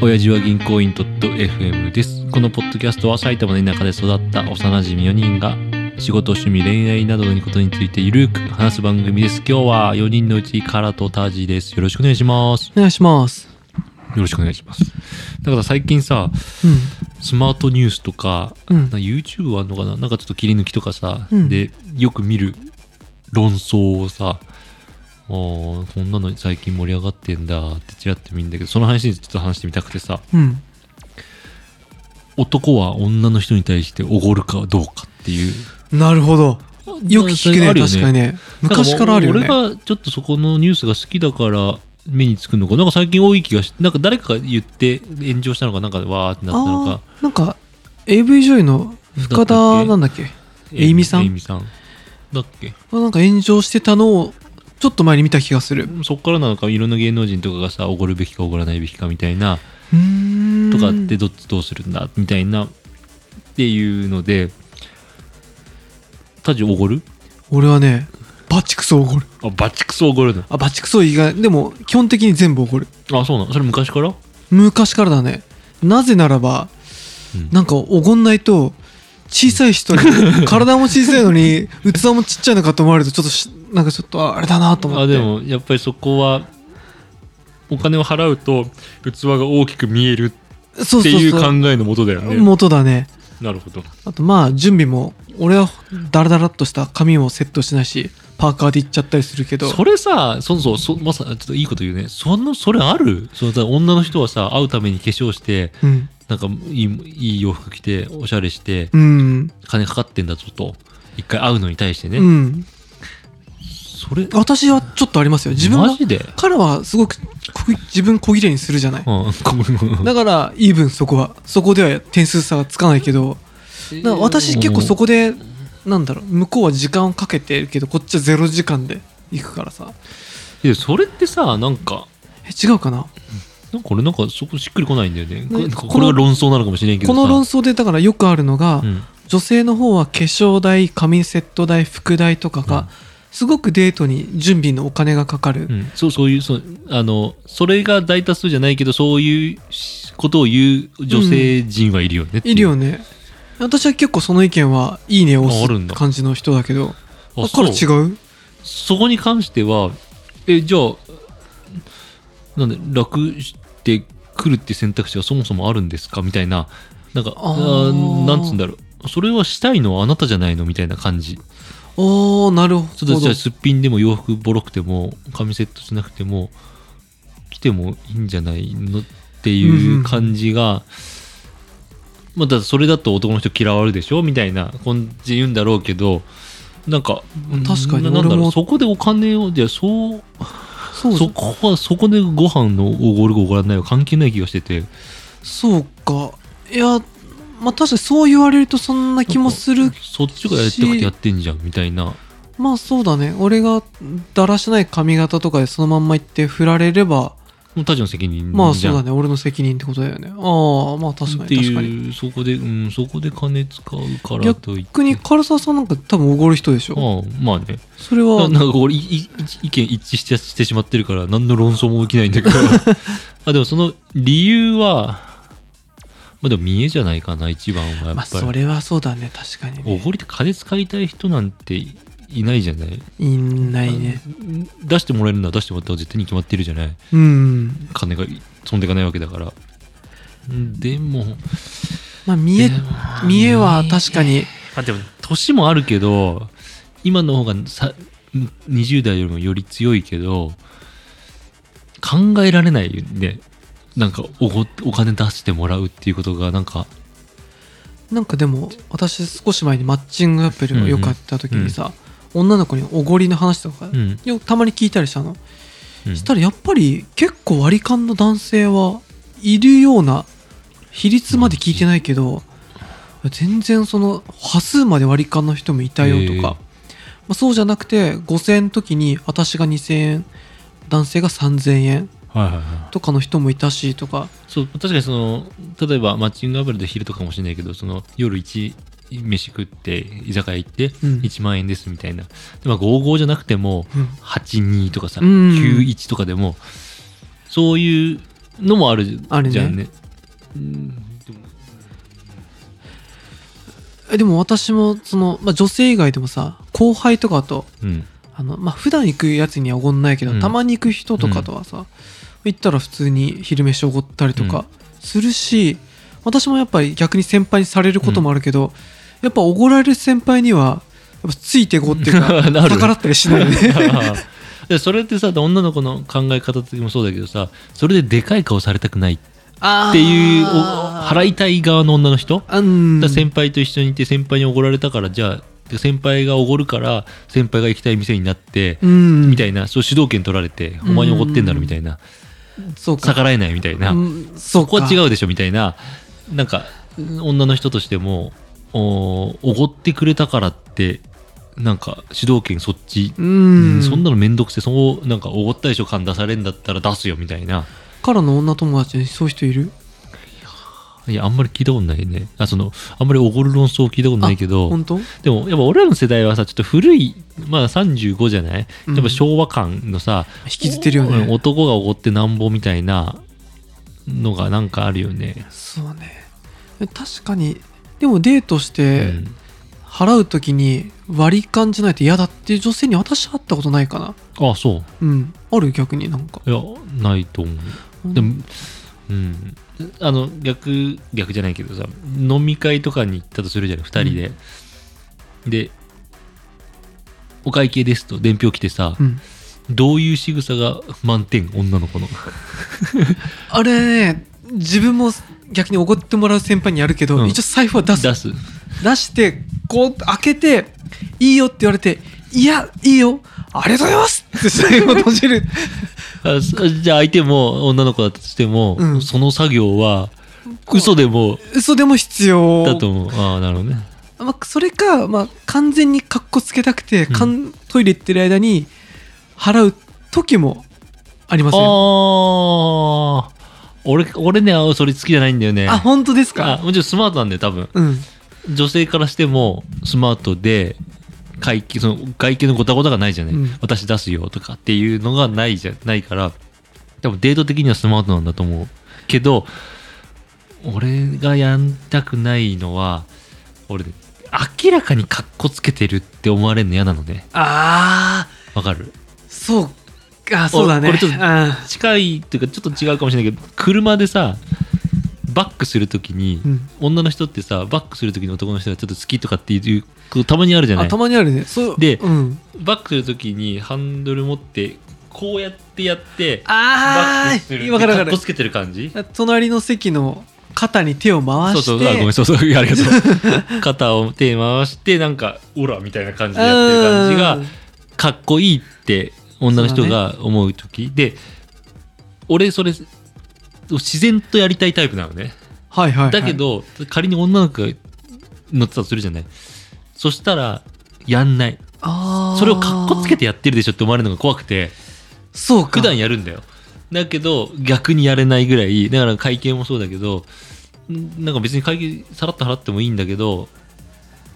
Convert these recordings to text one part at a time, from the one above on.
親父は銀行員 .fm です。このポッドキャストは埼玉の田舎で育った幼馴染4人が仕事、趣味、恋愛などのことについてゆるく話す番組です。今日は4人のうちカラとタージです。よろしくお願いします。お願いします。よろしくお願いします。だから最近さ、スマートニュースとか、うん。うなんんか。YouTube あんのかななんかちょっと切り抜きとかさ、うんで、よく見る論争をさ、あーこんなの最近盛り上がってんだってちらっと見るんだけど、その話にちょっと話してみたくてさ、うん。男は女の人に対しておごるかどうかっていう。なるほど。よく聞くね、確かにね。昔からあるよね。なん俺がちょっとそこのニュースが好きだから目につくのか、なんか最近多い気がし、なんか誰かが言って炎上したのか、なんかわーってなったのあか。ーなんか、AV 女優の深田なんだっけーエイミさんエイミさん。だっけなんか炎上してたのを、ちょっと前に見た気がする。そっからなのかいろんな芸能人とかがさおごるべきかおごらないべきかみたいなうーん。とかってどっちどうするんだみたいなっていうのでタジおごる俺はね、バチクソおごる。あバチクソおごるのあ、バチクソ以外、でも、基本的に全部おごる。あそうなのそれ昔から昔からだね。なぜならば、うんなんかおごんないと、小さい人に、 体も小さいのに、器もちっちゃいのかと思われると、ちょっとし、なんかちょっと、あれだなと思って。あでもやっぱりそこはお金を払うと器が大きく見えるそうってそういうそう考えのもとだよね元だねなるほどあとまあ準備も俺はダラダラっとした髪もセットしてないしパーカーで行っちゃったりするけどそれさそうそうそまさちょっといいこと言うねそのそれあるそのさ女の人はさ会うために化粧してうんなんかいいいい洋服着ておしゃれしてうん、金かかってんだぞと一回会うのに対してね、うん、それ私はちょっとありますよ自分マはジで、彼はすごくこ自分小切れにするじゃないうん、 ごめんごめんだからイーブンそこはそこでは点数差がつかないけどだから私結構そこでなんだろう向こうは時間をかけてるけどこっちはゼロ時間で行くからさいやそれってさなんかえ違うかななんか俺なんかそこしっくりこないんだよねこねこれが論争なのかもしれんけどこさの論争でだからよくあるのが、うん女性の方は化粧代髪セット代服代とかが、うんすごくデートに準備のお金がかかる、うん、そうそういうそうあのそれが大多数じゃないけどそういうしことを言う女性陣はいるよねってういるよね私は結構その意見はいいねを押ああるんすだ感じの人だけどああから違そううそこに関してはえじゃあなんで楽してくるって選択肢がそもそもあるんですかみたいななんかああーーなんつうんだろうそれはしたいのはあなたじゃないのみたいな感じおーなるほちょっとどじゃあすっぴんでも洋服ボロくても髪セットしなくても来てもいいんじゃないのっていう感じが、まあだからそれだと男の人嫌われるでしょみたいな感じ言うんだろうけどなんか確かにななんだろ俺もうそこでお金をじゃあそうそうそこはそこでご飯のおごるかおごらないは関係ない気がしててそうかいやまあ確かにそう言われるとそんな気もするそっちがやりたくてやってんじゃんみたいなまあそうだね俺がだらしない髪型とかでそのまんま行って振られればもうたちの責任じゃん、まあそうだね俺の責任ってことだよねああまあ確かっにて確かにいうそこで、うん、そこで金使うからといって逆に唐沢さんなんか多分おごる人でしょああまあねそれなはなんか俺いい意見一致してしてしまってるから何の論争も起きないん だけどあでもその理由はまあでも見えじゃないかな一番はやっぱり、まあそれはそうだね確かにおねごりって金使いたい人なんていいないじゃない、いないね出してもらえるなら出してもらったら絶対に決まってるじゃないうん金が飛んでいかないわけだからでもまあ見え見えは確かにあでも年もあるけど今の方がさ20代よりもより強いけど考えられないよねなんかおごお金出してもらうっていうことがなんかなんかでも私少し前にマッチングアプリをよくやった時にさ女の子におごりの話とかうん、よくたまに聞いたりしたのうんしたらやっぱり結構割り勘の男性はいるような比率まで聞いてないけど全然その端数まで割り勘の人もいたよとか、まあ、そうじゃなくて5000円の時に私が2000円男性が3000円へーはいはいはいとかの人もいたしとかそう確かにその例えばマッチングアプリで昼とかもしれないけどその夜1飯食って居酒屋行ってうん1万円ですみたいな、でまあ55じゃなくてもうん82とかさ、うん91とかでもそういうのもあるじあるねじゃんね。うんでもえでも私もその、まあ、女性以外でもさ後輩とかとうん あの、まあ、普段行くやつにはおごんないけど、うんたまに行く人とかとはさ、行ったら普通に昼飯おごったりとかするし、私もやっぱり逆に先輩にされることもあるけど、やっぱおごられる先輩にはやっぱついてこうっていうか なる逆らったりしな いねでそれってさ女の子の考え方的にもそうだけどさそれででかい顔されたくないっあーていうお払いたい側の女の人あんだから先輩と一緒にいて先輩におごられたからじゃあで先輩がおごるから先輩が行きたい店になって、うんみたいなそう主導権取られてお前におごってんだろみたいな、そうか逆らえないみたいな、うんそうここかは違うでしょみたいななんか女の人としてもおおごってくれたからってなんか主導権そっち、うんそんなの面倒くせえそうなんかおごったでしょ感出されんだったら出すよみたいなからの女友達にそういう人いるいやあんまり聞いたことないねあそのあんまりおごる論争聞いたことないけど本当でもやっぱ俺らの世代はさちょっと古いまあ35じゃないうんやっぱ昭和感のさ、引きずってるようんね男がおごってなんぼみたいなのがなんかあるよね、そうね確かにでもデートしてうん払う時に割り勘じゃないと嫌だっていう女性に私会ったことないかなあそううんある逆になんかいやないと思うでもうんあの逆逆じゃないけどさ飲み会とかに行ったとするじゃない2人で、でお会計ですと伝票来てさ、うんどういう仕草が満点女の子のあれね自分も逆におごってもらう先輩にやるけど、うん一応財布は出す出す出してこう開けて「いいよ」って言われて「いやいいよありがとうございます」って財布を閉じる あそじゃあ相手も女の子だとしても、うんその作業は嘘でも嘘でも必要だと思うああなるほどねまあ、それか、まあ、完全にカッコつけたくて、かんトイレ行ってる間に払う時もありませんあああ俺俺ねあそれ好きじゃないんだよね本当ですあかもちろんスマートなんだよ多分うん女性からしてもスマートで会計その会計のごたごたがないじゃない、うん私出すよとかっていうのがないじゃないから多分デート的にはスマートなんだと思うけど俺がやんたくないのは俺ね明らかにカッコつけてるって思われるの嫌なのねああわかるそうかそうだねおこれちょっとあ近いっていうかちょっと違うかもしれないけど車でさバックするときに、ー、うん女の人ってさバックするときの男の人がちょっと好きとかっていうことたまにあるじゃなあいたまにあるねそうでうん、バックするときにハンドル持ってこうやってやってバあックあする分かるかっ分かこるつけてる感じ隣の席の肩に手を回そうしそてうあごめんそうそうありがと う肩を手回してなんかオラみたいな感じでやってる感じうんがかっこいいって女の人そうが思う時で俺それ自然とやりたいタイプなのねはいはい、はい、だけど、仮に女の子が乗ってたとするじゃないそしたらやんないあーそれをかっこつけてやってるでしょって思われるのが怖くてそうか普段やるんだよだけど逆にやれないぐらいだから会計もそうだけどんなんか別に会計さらっと払ってもいいんだけど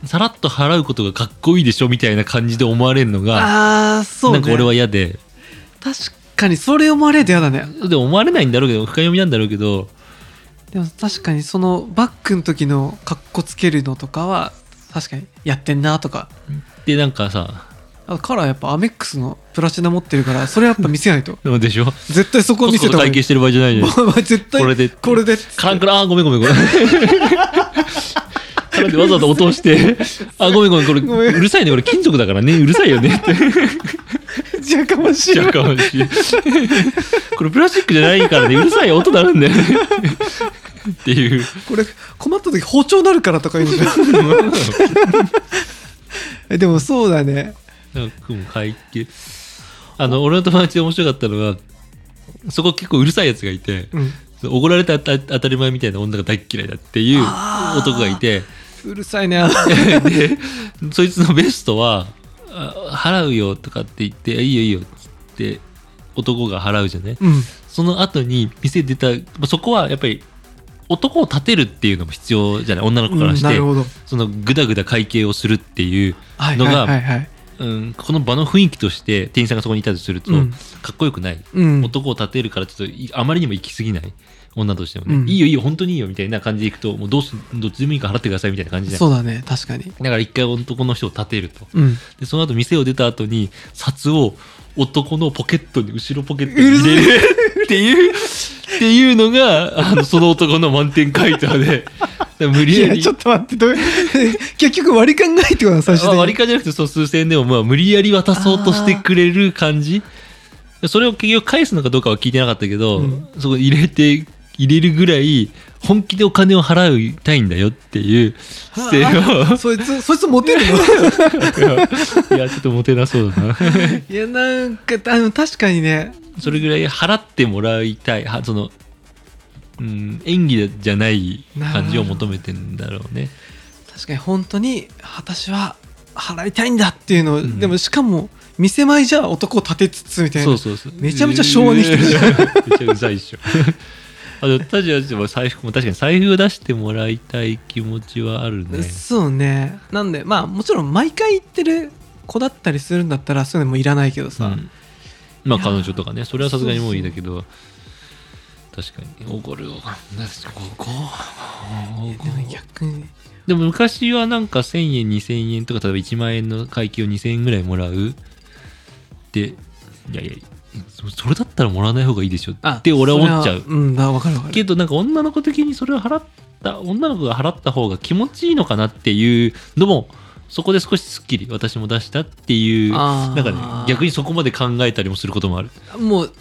さらっと払うことがかっこいいでしょみたいな感じで思われるのが、ああそう、ね、なんか俺は嫌で確かにそれ思われると嫌だねで思われないんだろうけど深読みなんだろうけどでも確かにそのバックの時のカッコつけるのとかは確かにやってんなとかでなんかさあカラーやっぱアメックスのプラチナ持ってるからそれやっぱ見せないとでしょ絶対そここをそ見こせそた方がい会い計してる場合じゃないじゃん まあまあ絶対これで これでカランカランあごめんごめんごめん絡んでわざわざ落として「あごめんごめんこれごめんうるさいねこれ金属だからねうるさいよね」ってやかましいやかましいこれプラスチックじゃないからねうるさい音鳴るんだよねっていうこれ困った時包丁になるからとか言うんだよ えでもそうだねなんかもう会計あの俺の友達で面白かったのがそこ結構うるさいやつがいてうんおごられた当た当たり前みたいな女が大っ嫌いだっていうあー男がいて うるさいねあのでそいつのベストはあ払うよとかって言っていいよいいよっつって男が払うじゃねうんその後に店出た、まあ、そこはやっぱり男を立てるっていうのも必要じゃない女の子からうんしなて、るほどそのぐだぐだ会計をするっていうはいのはいがはいはいうん、この場の雰囲気として店員さんがそこにいたとすると、うんかっこよくない、うん男を立てるからちょっといあまりにも行き過ぎない女としてもね、うんいいよいいよ本当にいいよみたいな感じでいくともうどうすどっちでもいいから払ってくださいみたいな感じじゃんそうだね確かにだから一回男の人を立てるとうんでその後店を出た後に札を男のポケットに後ろポケットに入れるっていうっていうのがあのその男の満点回答 で無い理ややりちょっと待ってどう 結局割り勘がないってことなの最終まあ的に割り勘じゃなくてそう数千円でもまあ無理やり渡そうとしてくれる感じそれを結局返すのかどうかは聞いてなかったけど、うんそこ入れて入れるぐらい本気でお金を払いたいんだよっていう姿勢あをそいつ そいつモテるの いやちょっともてなそう だないやなんかあの確かにねそれぐらい払ってもらいたいはその、うん、演技じゃない感じを求めてんだろうね確かに本当に私は払いたいんだっていうのを、んでもしかも店前じゃ男を立てつつみたいなそうそうそうめちゃめちゃ昭和に生きてるじゃんめちゃ めちゃうざいっしょあでもタジアジも財布も確かに財布を出してもらいたい気持ちはあるねそうねなんでまあもちろん毎回行ってる子だったりするんだったらそういうのもいらないけどさ、うんまあいや彼女とかねそれはさすがにもういいんだけど確かに怒るよこでも逆にでも昔はなんか1000円2000円とか例えば1万円の会計を2000円ぐらいもらうっていやいやそそれだったらもらわない方がいいでしょって俺は思っちゃうそれはうんだわかるわかるけどなんか女の子的にそれを払った女の子が払った方が気持ちいいのかなっていうのもそこで少しすっきり私も出したっていうあなんーか、ね、逆にそこまで考えたりもすることもあるもう、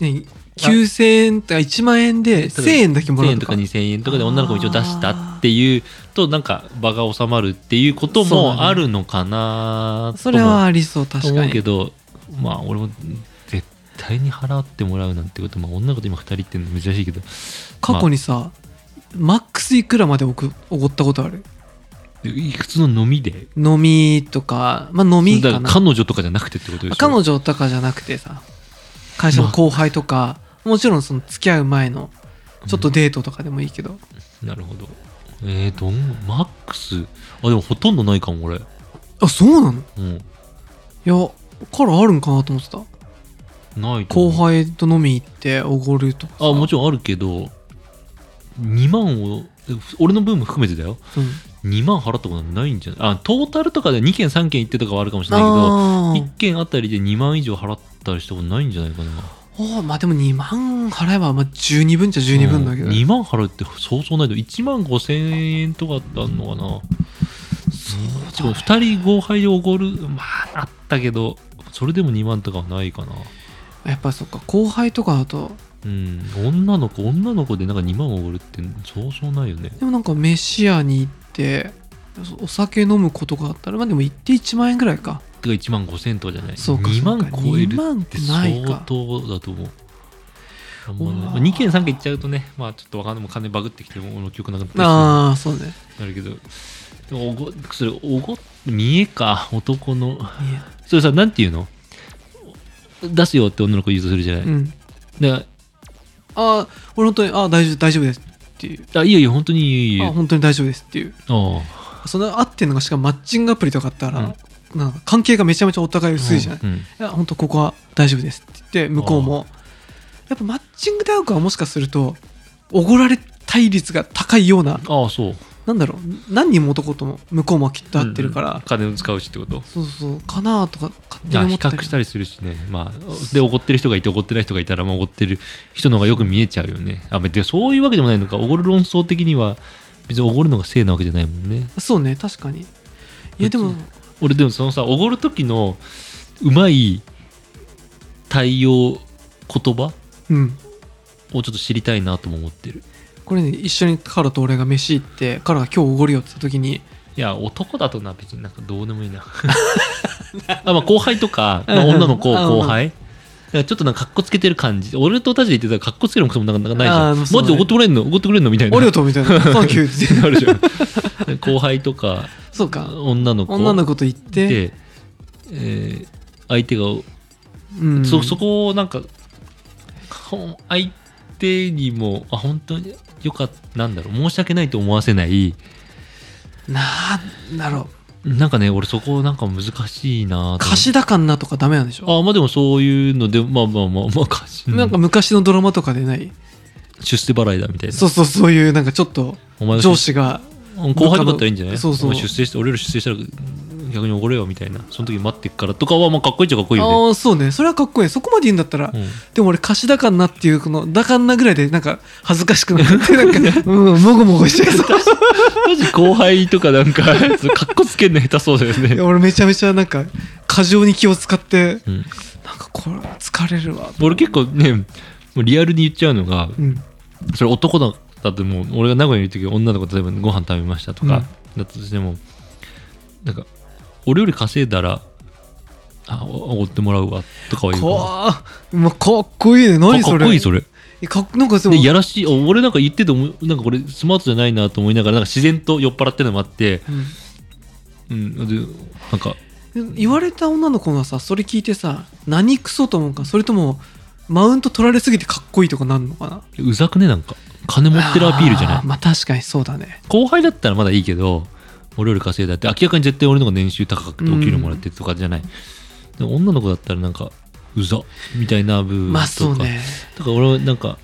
ね、9000円とか1万円で1000円だけもら1000う円ととかか2000円とかで女の子も一応出したっていうとなんか場が収まるっていうことそうだねもあるのかなとそれはもありそう確か思うけにどまあ俺も絶対に払ってもらうなんてことまあ女の子と今2人っていうの珍しいけど過去にさ、マックスいくらまでおくおごったことある普通の飲みで飲みとかまあ飲みだかからな彼女とかじゃなくてってことでしょ彼女とかじゃなくてさ会社の後輩とか、もちろんその付き合う前のちょっとデートとかでもいいけど、なるほどえー、どんマックスあでもほとんどないかも俺あそうなのうんいやからあるんかなと思ってたないと思う後輩と飲み行っておごるとかあもちろんあるけど2万をえふ俺の分も含めてだよろん、うん、 2万払ったことないんじゃないあトータルとかで2件3件行ってとかはあるかもしれないけどあー1件あたりで2万以上払ったりしたことないんじゃないかなおーまあでも2万払えば、まあ、12分じゃ12分だけど、うん2万払うってそうそうないと1万5千円とかってあんのかなそうでだも2人後輩でおごるまああったけどそれでも2万とかはないかなやっぱそっか後輩とかだとうん、女の子女の子でなんか2万おごるってそうそうないよねでもなんか飯屋に行ってそお酒飲むことがあったらまあでも行って1万円ぐらいかてか1万5千とかじゃないそうか2そ万うか超える2万っっててないか相当だと思うあんまうわねーまあ2件3件いっちゃうとねまあちょっとわかんないもう金バグってきても俺の記憶なくなったりああそうねするなるけどでもおごそれおご見えか男のいやそれさなんていうの出すよって女の子言うとするじゃない、うんだかああ俺本当にああ大丈夫大丈夫ですっていうらあいいよいいよ本当にいいよいいあよ本当に大丈夫ですっていうあその合ってんのがしかもマッチングアプリとかあったら、なんか関係がめちゃめちゃお互いあ薄いじゃない、うんいや本当ここは大丈夫ですって言って向こうもやっぱマッチングで会う子はもしかするとおごられたい率が高いようなああそうなんだろう何人も男とも向こうもきっと会ってるから、うん金を使うしってことそうそうかなあとか勝手じにゃあ思比ったり較したりするしね、まあ、で怒ってる人がいて怒ってない人がいたら、まあ、怒ってる人の方がよく見えちゃうよねあでそういうわけでもないのか怒る論争的には別に怒るのがせいなわけじゃないもんねそうね確かにいやでも別俺でもそのさ怒る時のうまい対応言葉をうんちょっと知りたいなとも思ってるこれね一緒にカラと俺が飯行ってカラが今日おごるよって言った時にいや男だとな別になんかどうでもいいな あ、まあ、後輩とか、まあうんうん女の子うんうん後輩だからちょっとなんかかっこつけてる感じ俺とタジで言ってたらかっこつけるもくそもなんかなんかないじゃあん、ーマそうねジで怒ってくれんの怒ってくれんのみた「いなありがとう」みたい な「サンキュー」ってなる じゃん後輩とかそうか 女の子女の子と言って、で、えー相手が、うん、そそこをなんかほ相手にもあ本当によかったなんだろう申し訳ないと思わせないなんだろうなんかね俺そこなんか難しいなと思っ貸し高んなとかダメなんでしょあまあでもそういうのでまあまあまあまあ貸しなんか昔のドラマとかでない出世払いだみたいなそうそうそういうなんかちょっとお前が出上司が後輩とかだったらいいんじゃないそうそうお前出世して俺ら出世したら逆に怒れよみたいなその時待ってっからとかはまあかっこいいっちゃかっこいいよああそうねそれはかっこいいそこまで言うんだったら、ね、うんでも俺貸しだかんなっていうこのだかんなぐらいでなんか恥ずかしくなってな んかうんもごもごしちゃいそうマジ後輩とかなんかかっこつけんの下手そうだよいねや、俺めちゃめちゃなんか過剰に気を使ってうん、なんかこれ疲れるわ俺結構ねもうリアルに言っちゃうのがうんそれ男だったともう俺が名古屋にいる時女の子と例えばご飯食べましたとか、だったとしてもなんか俺より稼いだらあおおごってもらうわとかは言うかな怖ーまあかっこいいね何かそかっれこいいそれえかっなんかでもでやらしいお俺なんか言ってて思うなんかこれスマートじゃないなと思いながらなんか自然と酔っ払ってるのもあって、うんうん、でなんか言われた女の子がさそれ聞いてさ何クソと思うかそれともマウント取られすぎてかっこいいとかなんのかなうざくねなんか金持ってるアピールじゃないあまあ確かにそうだね後輩だったらまだいいけど俺より稼いだって明らかに絶対俺の方が年収高くてお給料もらってとかじゃない、でも女の子だったらなんかうざみたいな部分とか、まあそうねだから俺はなんか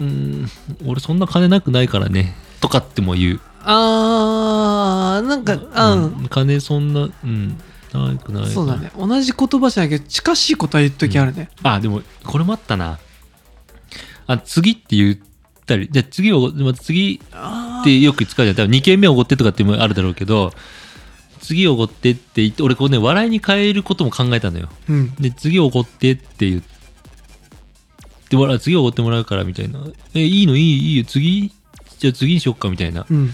うーん俺そんな金なくないからねとかっても言う、あーなんかう、うんん金そんなうんなくないそうだね同じ言葉じゃないけど近しい答え言う時あるね、あでもこれもあったなあ次って言ったりじゃあ次をまあ次あっーてよく使うじゃん多分2軒目おごってとかってもあるだろうけど次おごってって言って俺こうね笑いに変えることも考えたのようんで次おごってって言ってもらう次おごってもらうからみたいなえいいのいいいいよ次じゃあ次にしよっかみたいなっうん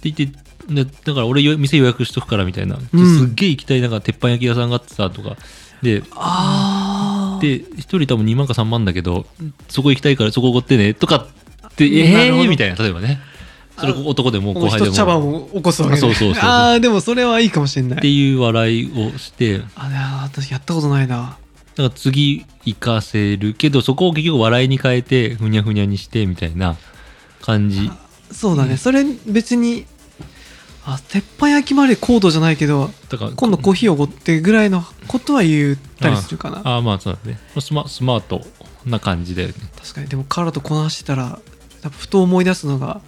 て言ってでだから俺よ店予約しとくからみたいな、うんすっげえ行きたいなんか鉄板焼き屋さんがあってさとかでああで1人多分2万か3万だけどそこ行きたいからそこおごってねとかってなえるほー、どみたいな例えばねそれ男でも後もう輩で一も茶番を起こすわけねあそうそうそうああでもそれはいいかもしれなっていいう笑いをしてあいや私やったことないななんか次行かせるけどそこを結局笑いに変えてふにゃふにゃにしてみたいな感じそうだね、それ別にあ鉄板焼きまで高度じゃないけどだから今度コーヒーおごってぐらいのことは言ったりするかなああまあそうだねスマスマートな感じだよね確かにでもカラとこなしてたら多分ふと思い出すのが、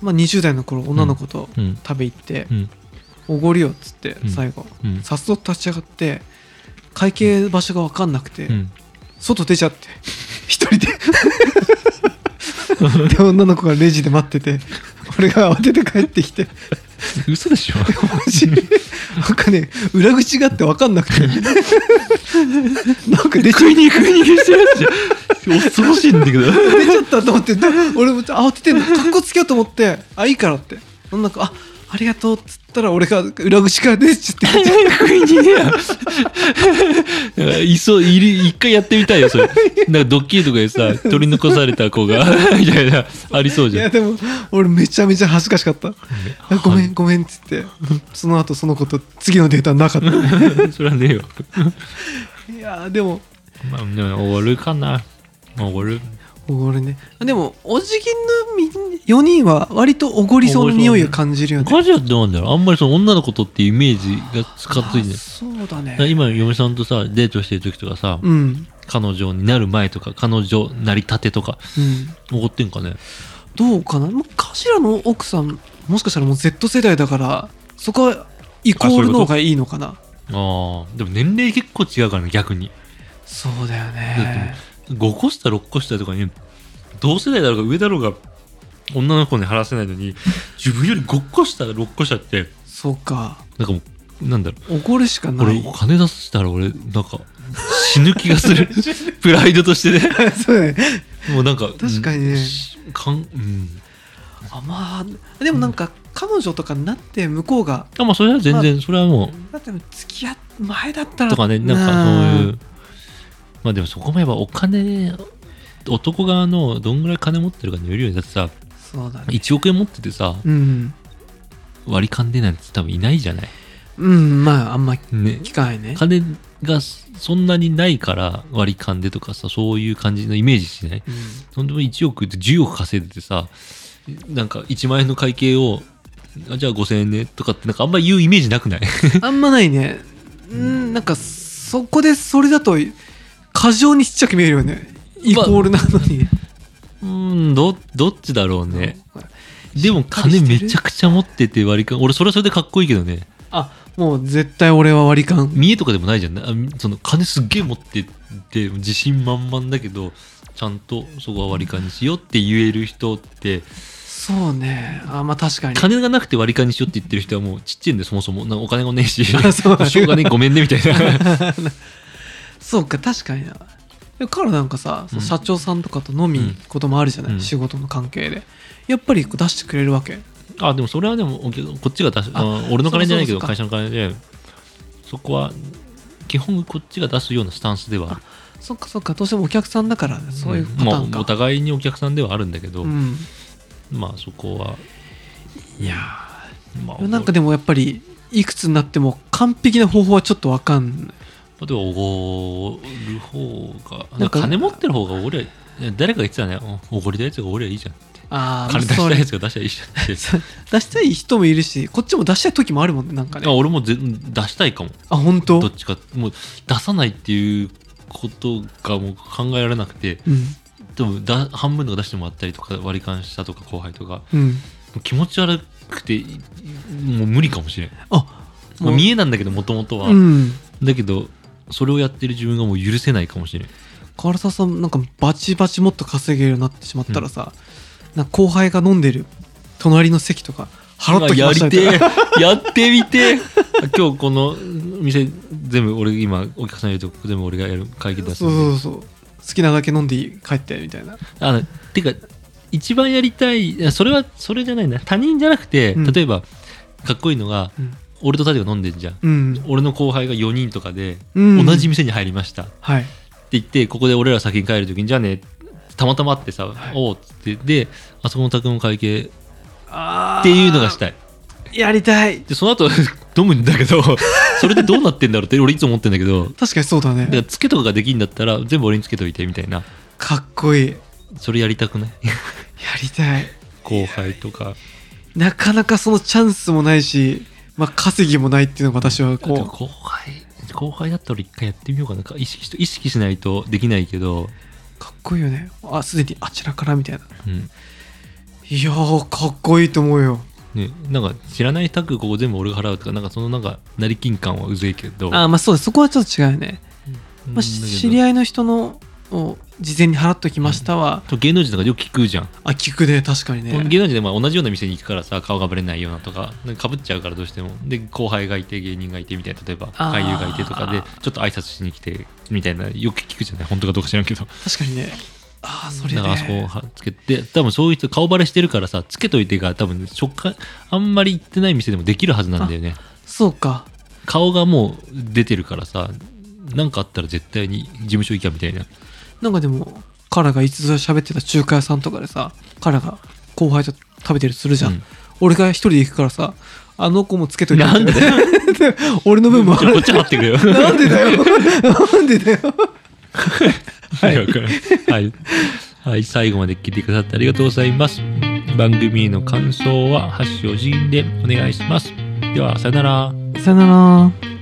まあ、20代の頃女の子とうん食べ行ってうん「おごりよ」っつってうん最後うんさっそと立ち上がって会計場所が分かんなくて、うん外出ちゃって一人でで女の子がレジで待ってて俺が慌てて帰ってきて嘘でしょマジなんかね裏口があって分かんなくてなんか出ちゃ食いに 食いにしてるやつじゃん恐ろしいんだけど出ちゃったと思ってで俺も慌ててんのかっこつけようと思って「あいいから」ってそんな子あありがとう」っつったら俺が裏口から出ちゃって食いにねやなんかいそういり一回やってみたいよそれなんかドッキリとかでさ取り残された子が みたいなありそういじゃやんでも俺めちゃめちゃ恥ずかしかった「あごめんごめん」っつってその後その子と次のデータなかったそれはねえよいやでもまあ、でも、おごるかな。おごる。おごるねでもお辞儀のみ4人は割とおごりそうな匂いを感じるよね家事はどうなんだろうあんまりその女の子とっていうイメージがつかついてあないそうだだからね今、嫁さんとさ、デートしてる時とかさ、うん彼女になる前とか、彼女なりたてとか、うんおごってんかね。どうかなもう頭の奥さんもしかしたらもう Z 世代だからそこはイコールの方がいいのかなああ、でも年齢結構違うからね、逆に。そうだよだねってもう、5個下、6個下とかに、同世代だろうが上だろうが、女の子に話せないの に、自分より5個下、6個下って、そうかなんかもう、なんだろう。おごるしかな俺い金出したら俺なんか死ぬ気がす るプライドとしてねそうだねもうなんか確かにねうんしかんうんあまあでもなんか彼女とかになって向こうがあまあそれは全然、それはもだって付き合っ前だったうらとかねなんかそういううまあでもそこもやっぱお金男側のどんぐらい金持ってるかによるよねだってさそうだね1億円持っててさうん割り勘でなんて多分いないじゃないうんまああんま聞ねかないね金がそんなにないから割り勘でとかさそういう感じのイメージしないうんとんでも1億って10億稼いでてさなんか1万円の会計をあじゃあ5000円ねとかってなんかあんま言うイメージなくないあんまないねうんなんかそこでそれだと過剰にちっちゃく見えるよねイコールなのに、 うんどどっちだろうねでもかりして金るめちゃくちゃ持ってて割り勘俺それはそれでかっこいいけどねあもう絶対俺は割り勘見栄とかでもないじゃんあその金すっげえ持ってて自信満々だけどちゃんとそこは割り勘にしようって言える人ってそうねあまあ確かに金がなくて割り勘にしようって言ってる人はもうちっちゃいんでそもそもなんかお金もねえ ししあそうょうがねえごめんねみたいなそうか確かになでも彼らなんかさ、そのうん社長さんとかと飲みに行くこともあるじゃない、うん仕事の関係でやっぱりこう出してくれるわけ あでもそれはでもお客こっちが出すああ俺の金じゃないけどそうか会社の金でそこは基本こっちが出すようなスタンスではそっかそっかどうしてもお客さんだからそういうパタまあーンか、お互いにお客さんではあるんだけど、うんまあそこはいやまーあなんかでもやっぱりいくつになっても完璧な方法はちょっとわかんない例えばおごる方がななんんかか金持ってる方がおごりゃ誰かが言ってたねおおごりたいやつがおごりゃいいじゃんってあー金出しそたれいやつが出したらいいじゃんってそう 出したい人もいるしこっちも出したい時もあるもんねなんかあね俺もぜ出したいかもあ本当どっちかもう出さないっていうことがもう考えられなくてうんでもだ半分とか出してもらったりとか割り勘したとか後輩とかもうんう気持ち悪くていもう無理かもしれん、あまあ、見えなんだけどもともとは、うんだけどそれをやってる自分がもう許せないかもしれん唐沢さんなんかバチバチもっと稼げるようになってしまったらさ、なんか後輩が飲んでる隣の席とか払っときやましたりみたていなえ やってみてえ今日この店全部俺今お客さんいるとこ全部俺がやる会議出すそうそうそう好きなだけ飲んでいい帰ってみたいなあのてか一番やりたいいやそれはそれじゃないな他人じゃなくて、うん例えばかっこいいのがうん俺とタデが飲んでんじゃんうん、俺の後輩が4人とかで、うん、同じ店に入りましたってはい言ってここで俺ら先に帰る時にじゃあねたまたま会ってさ、おうっつってであそこの宅の会計っあていうのがしたいいやりたいでその後 飲むんだけ どそれでどうなってんだろうって俺いつも思ってんだけど確かにそうだだかねらつけとかができんだったら全部俺につけといてみたいなかっこいいやそれやりたくないりたい後輩とかなかなかそのチャンスもないし、まあ、稼ぎもないっていうのが私はでも後こ輩後輩だったら俺一回やってみようかな意識し意識しないとできないけど、うかっこいいよねあすでにあちらからみたいなうんいやーかっこいいと思うよね、なんか知らないタッグここ全部俺が払うとかなんかそのなんか成金感はうぜえけどあーまあそうですそこはちょっと違うよね、まあ、し知りい合いの人のを事前に払っときましたは、芸能人とかよく聞くじゃん、あ聞くね確かにこのね芸能人でまあ同じような店に行くからさ顔がぶれないようなとかなんかぶっちゃうからどうしてもで後輩がいて芸人がいてみたいな例えばあー俳優がいてとかでちょっと挨拶しに来てみたいなよく聞くじゃない本当かどうか知らんけど確かにねああそれだからあそこねはつけて多分そういう人顔バレしてるからさつけといてが多分食感あんまり行ってない店でもできるはずなんだよねそうか顔がもう出てるからさなんかあったら絶対に事務所行きゃみたいななんかでもカラがいつぞや喋ってた中華屋さんとかでさカラが後輩と食べてるするじゃん、うん俺が一人で行くからさあの子もつけといてなんでだよ 俺の分もあじゃあこるっち払ってくれよなんでだよなんでだよはい、わかりましたはい、はい、最後まで聞いてくださってありがとうございます。番組への感想は、ハッシュおじぎんでお願いします。では、さよなら。さよなら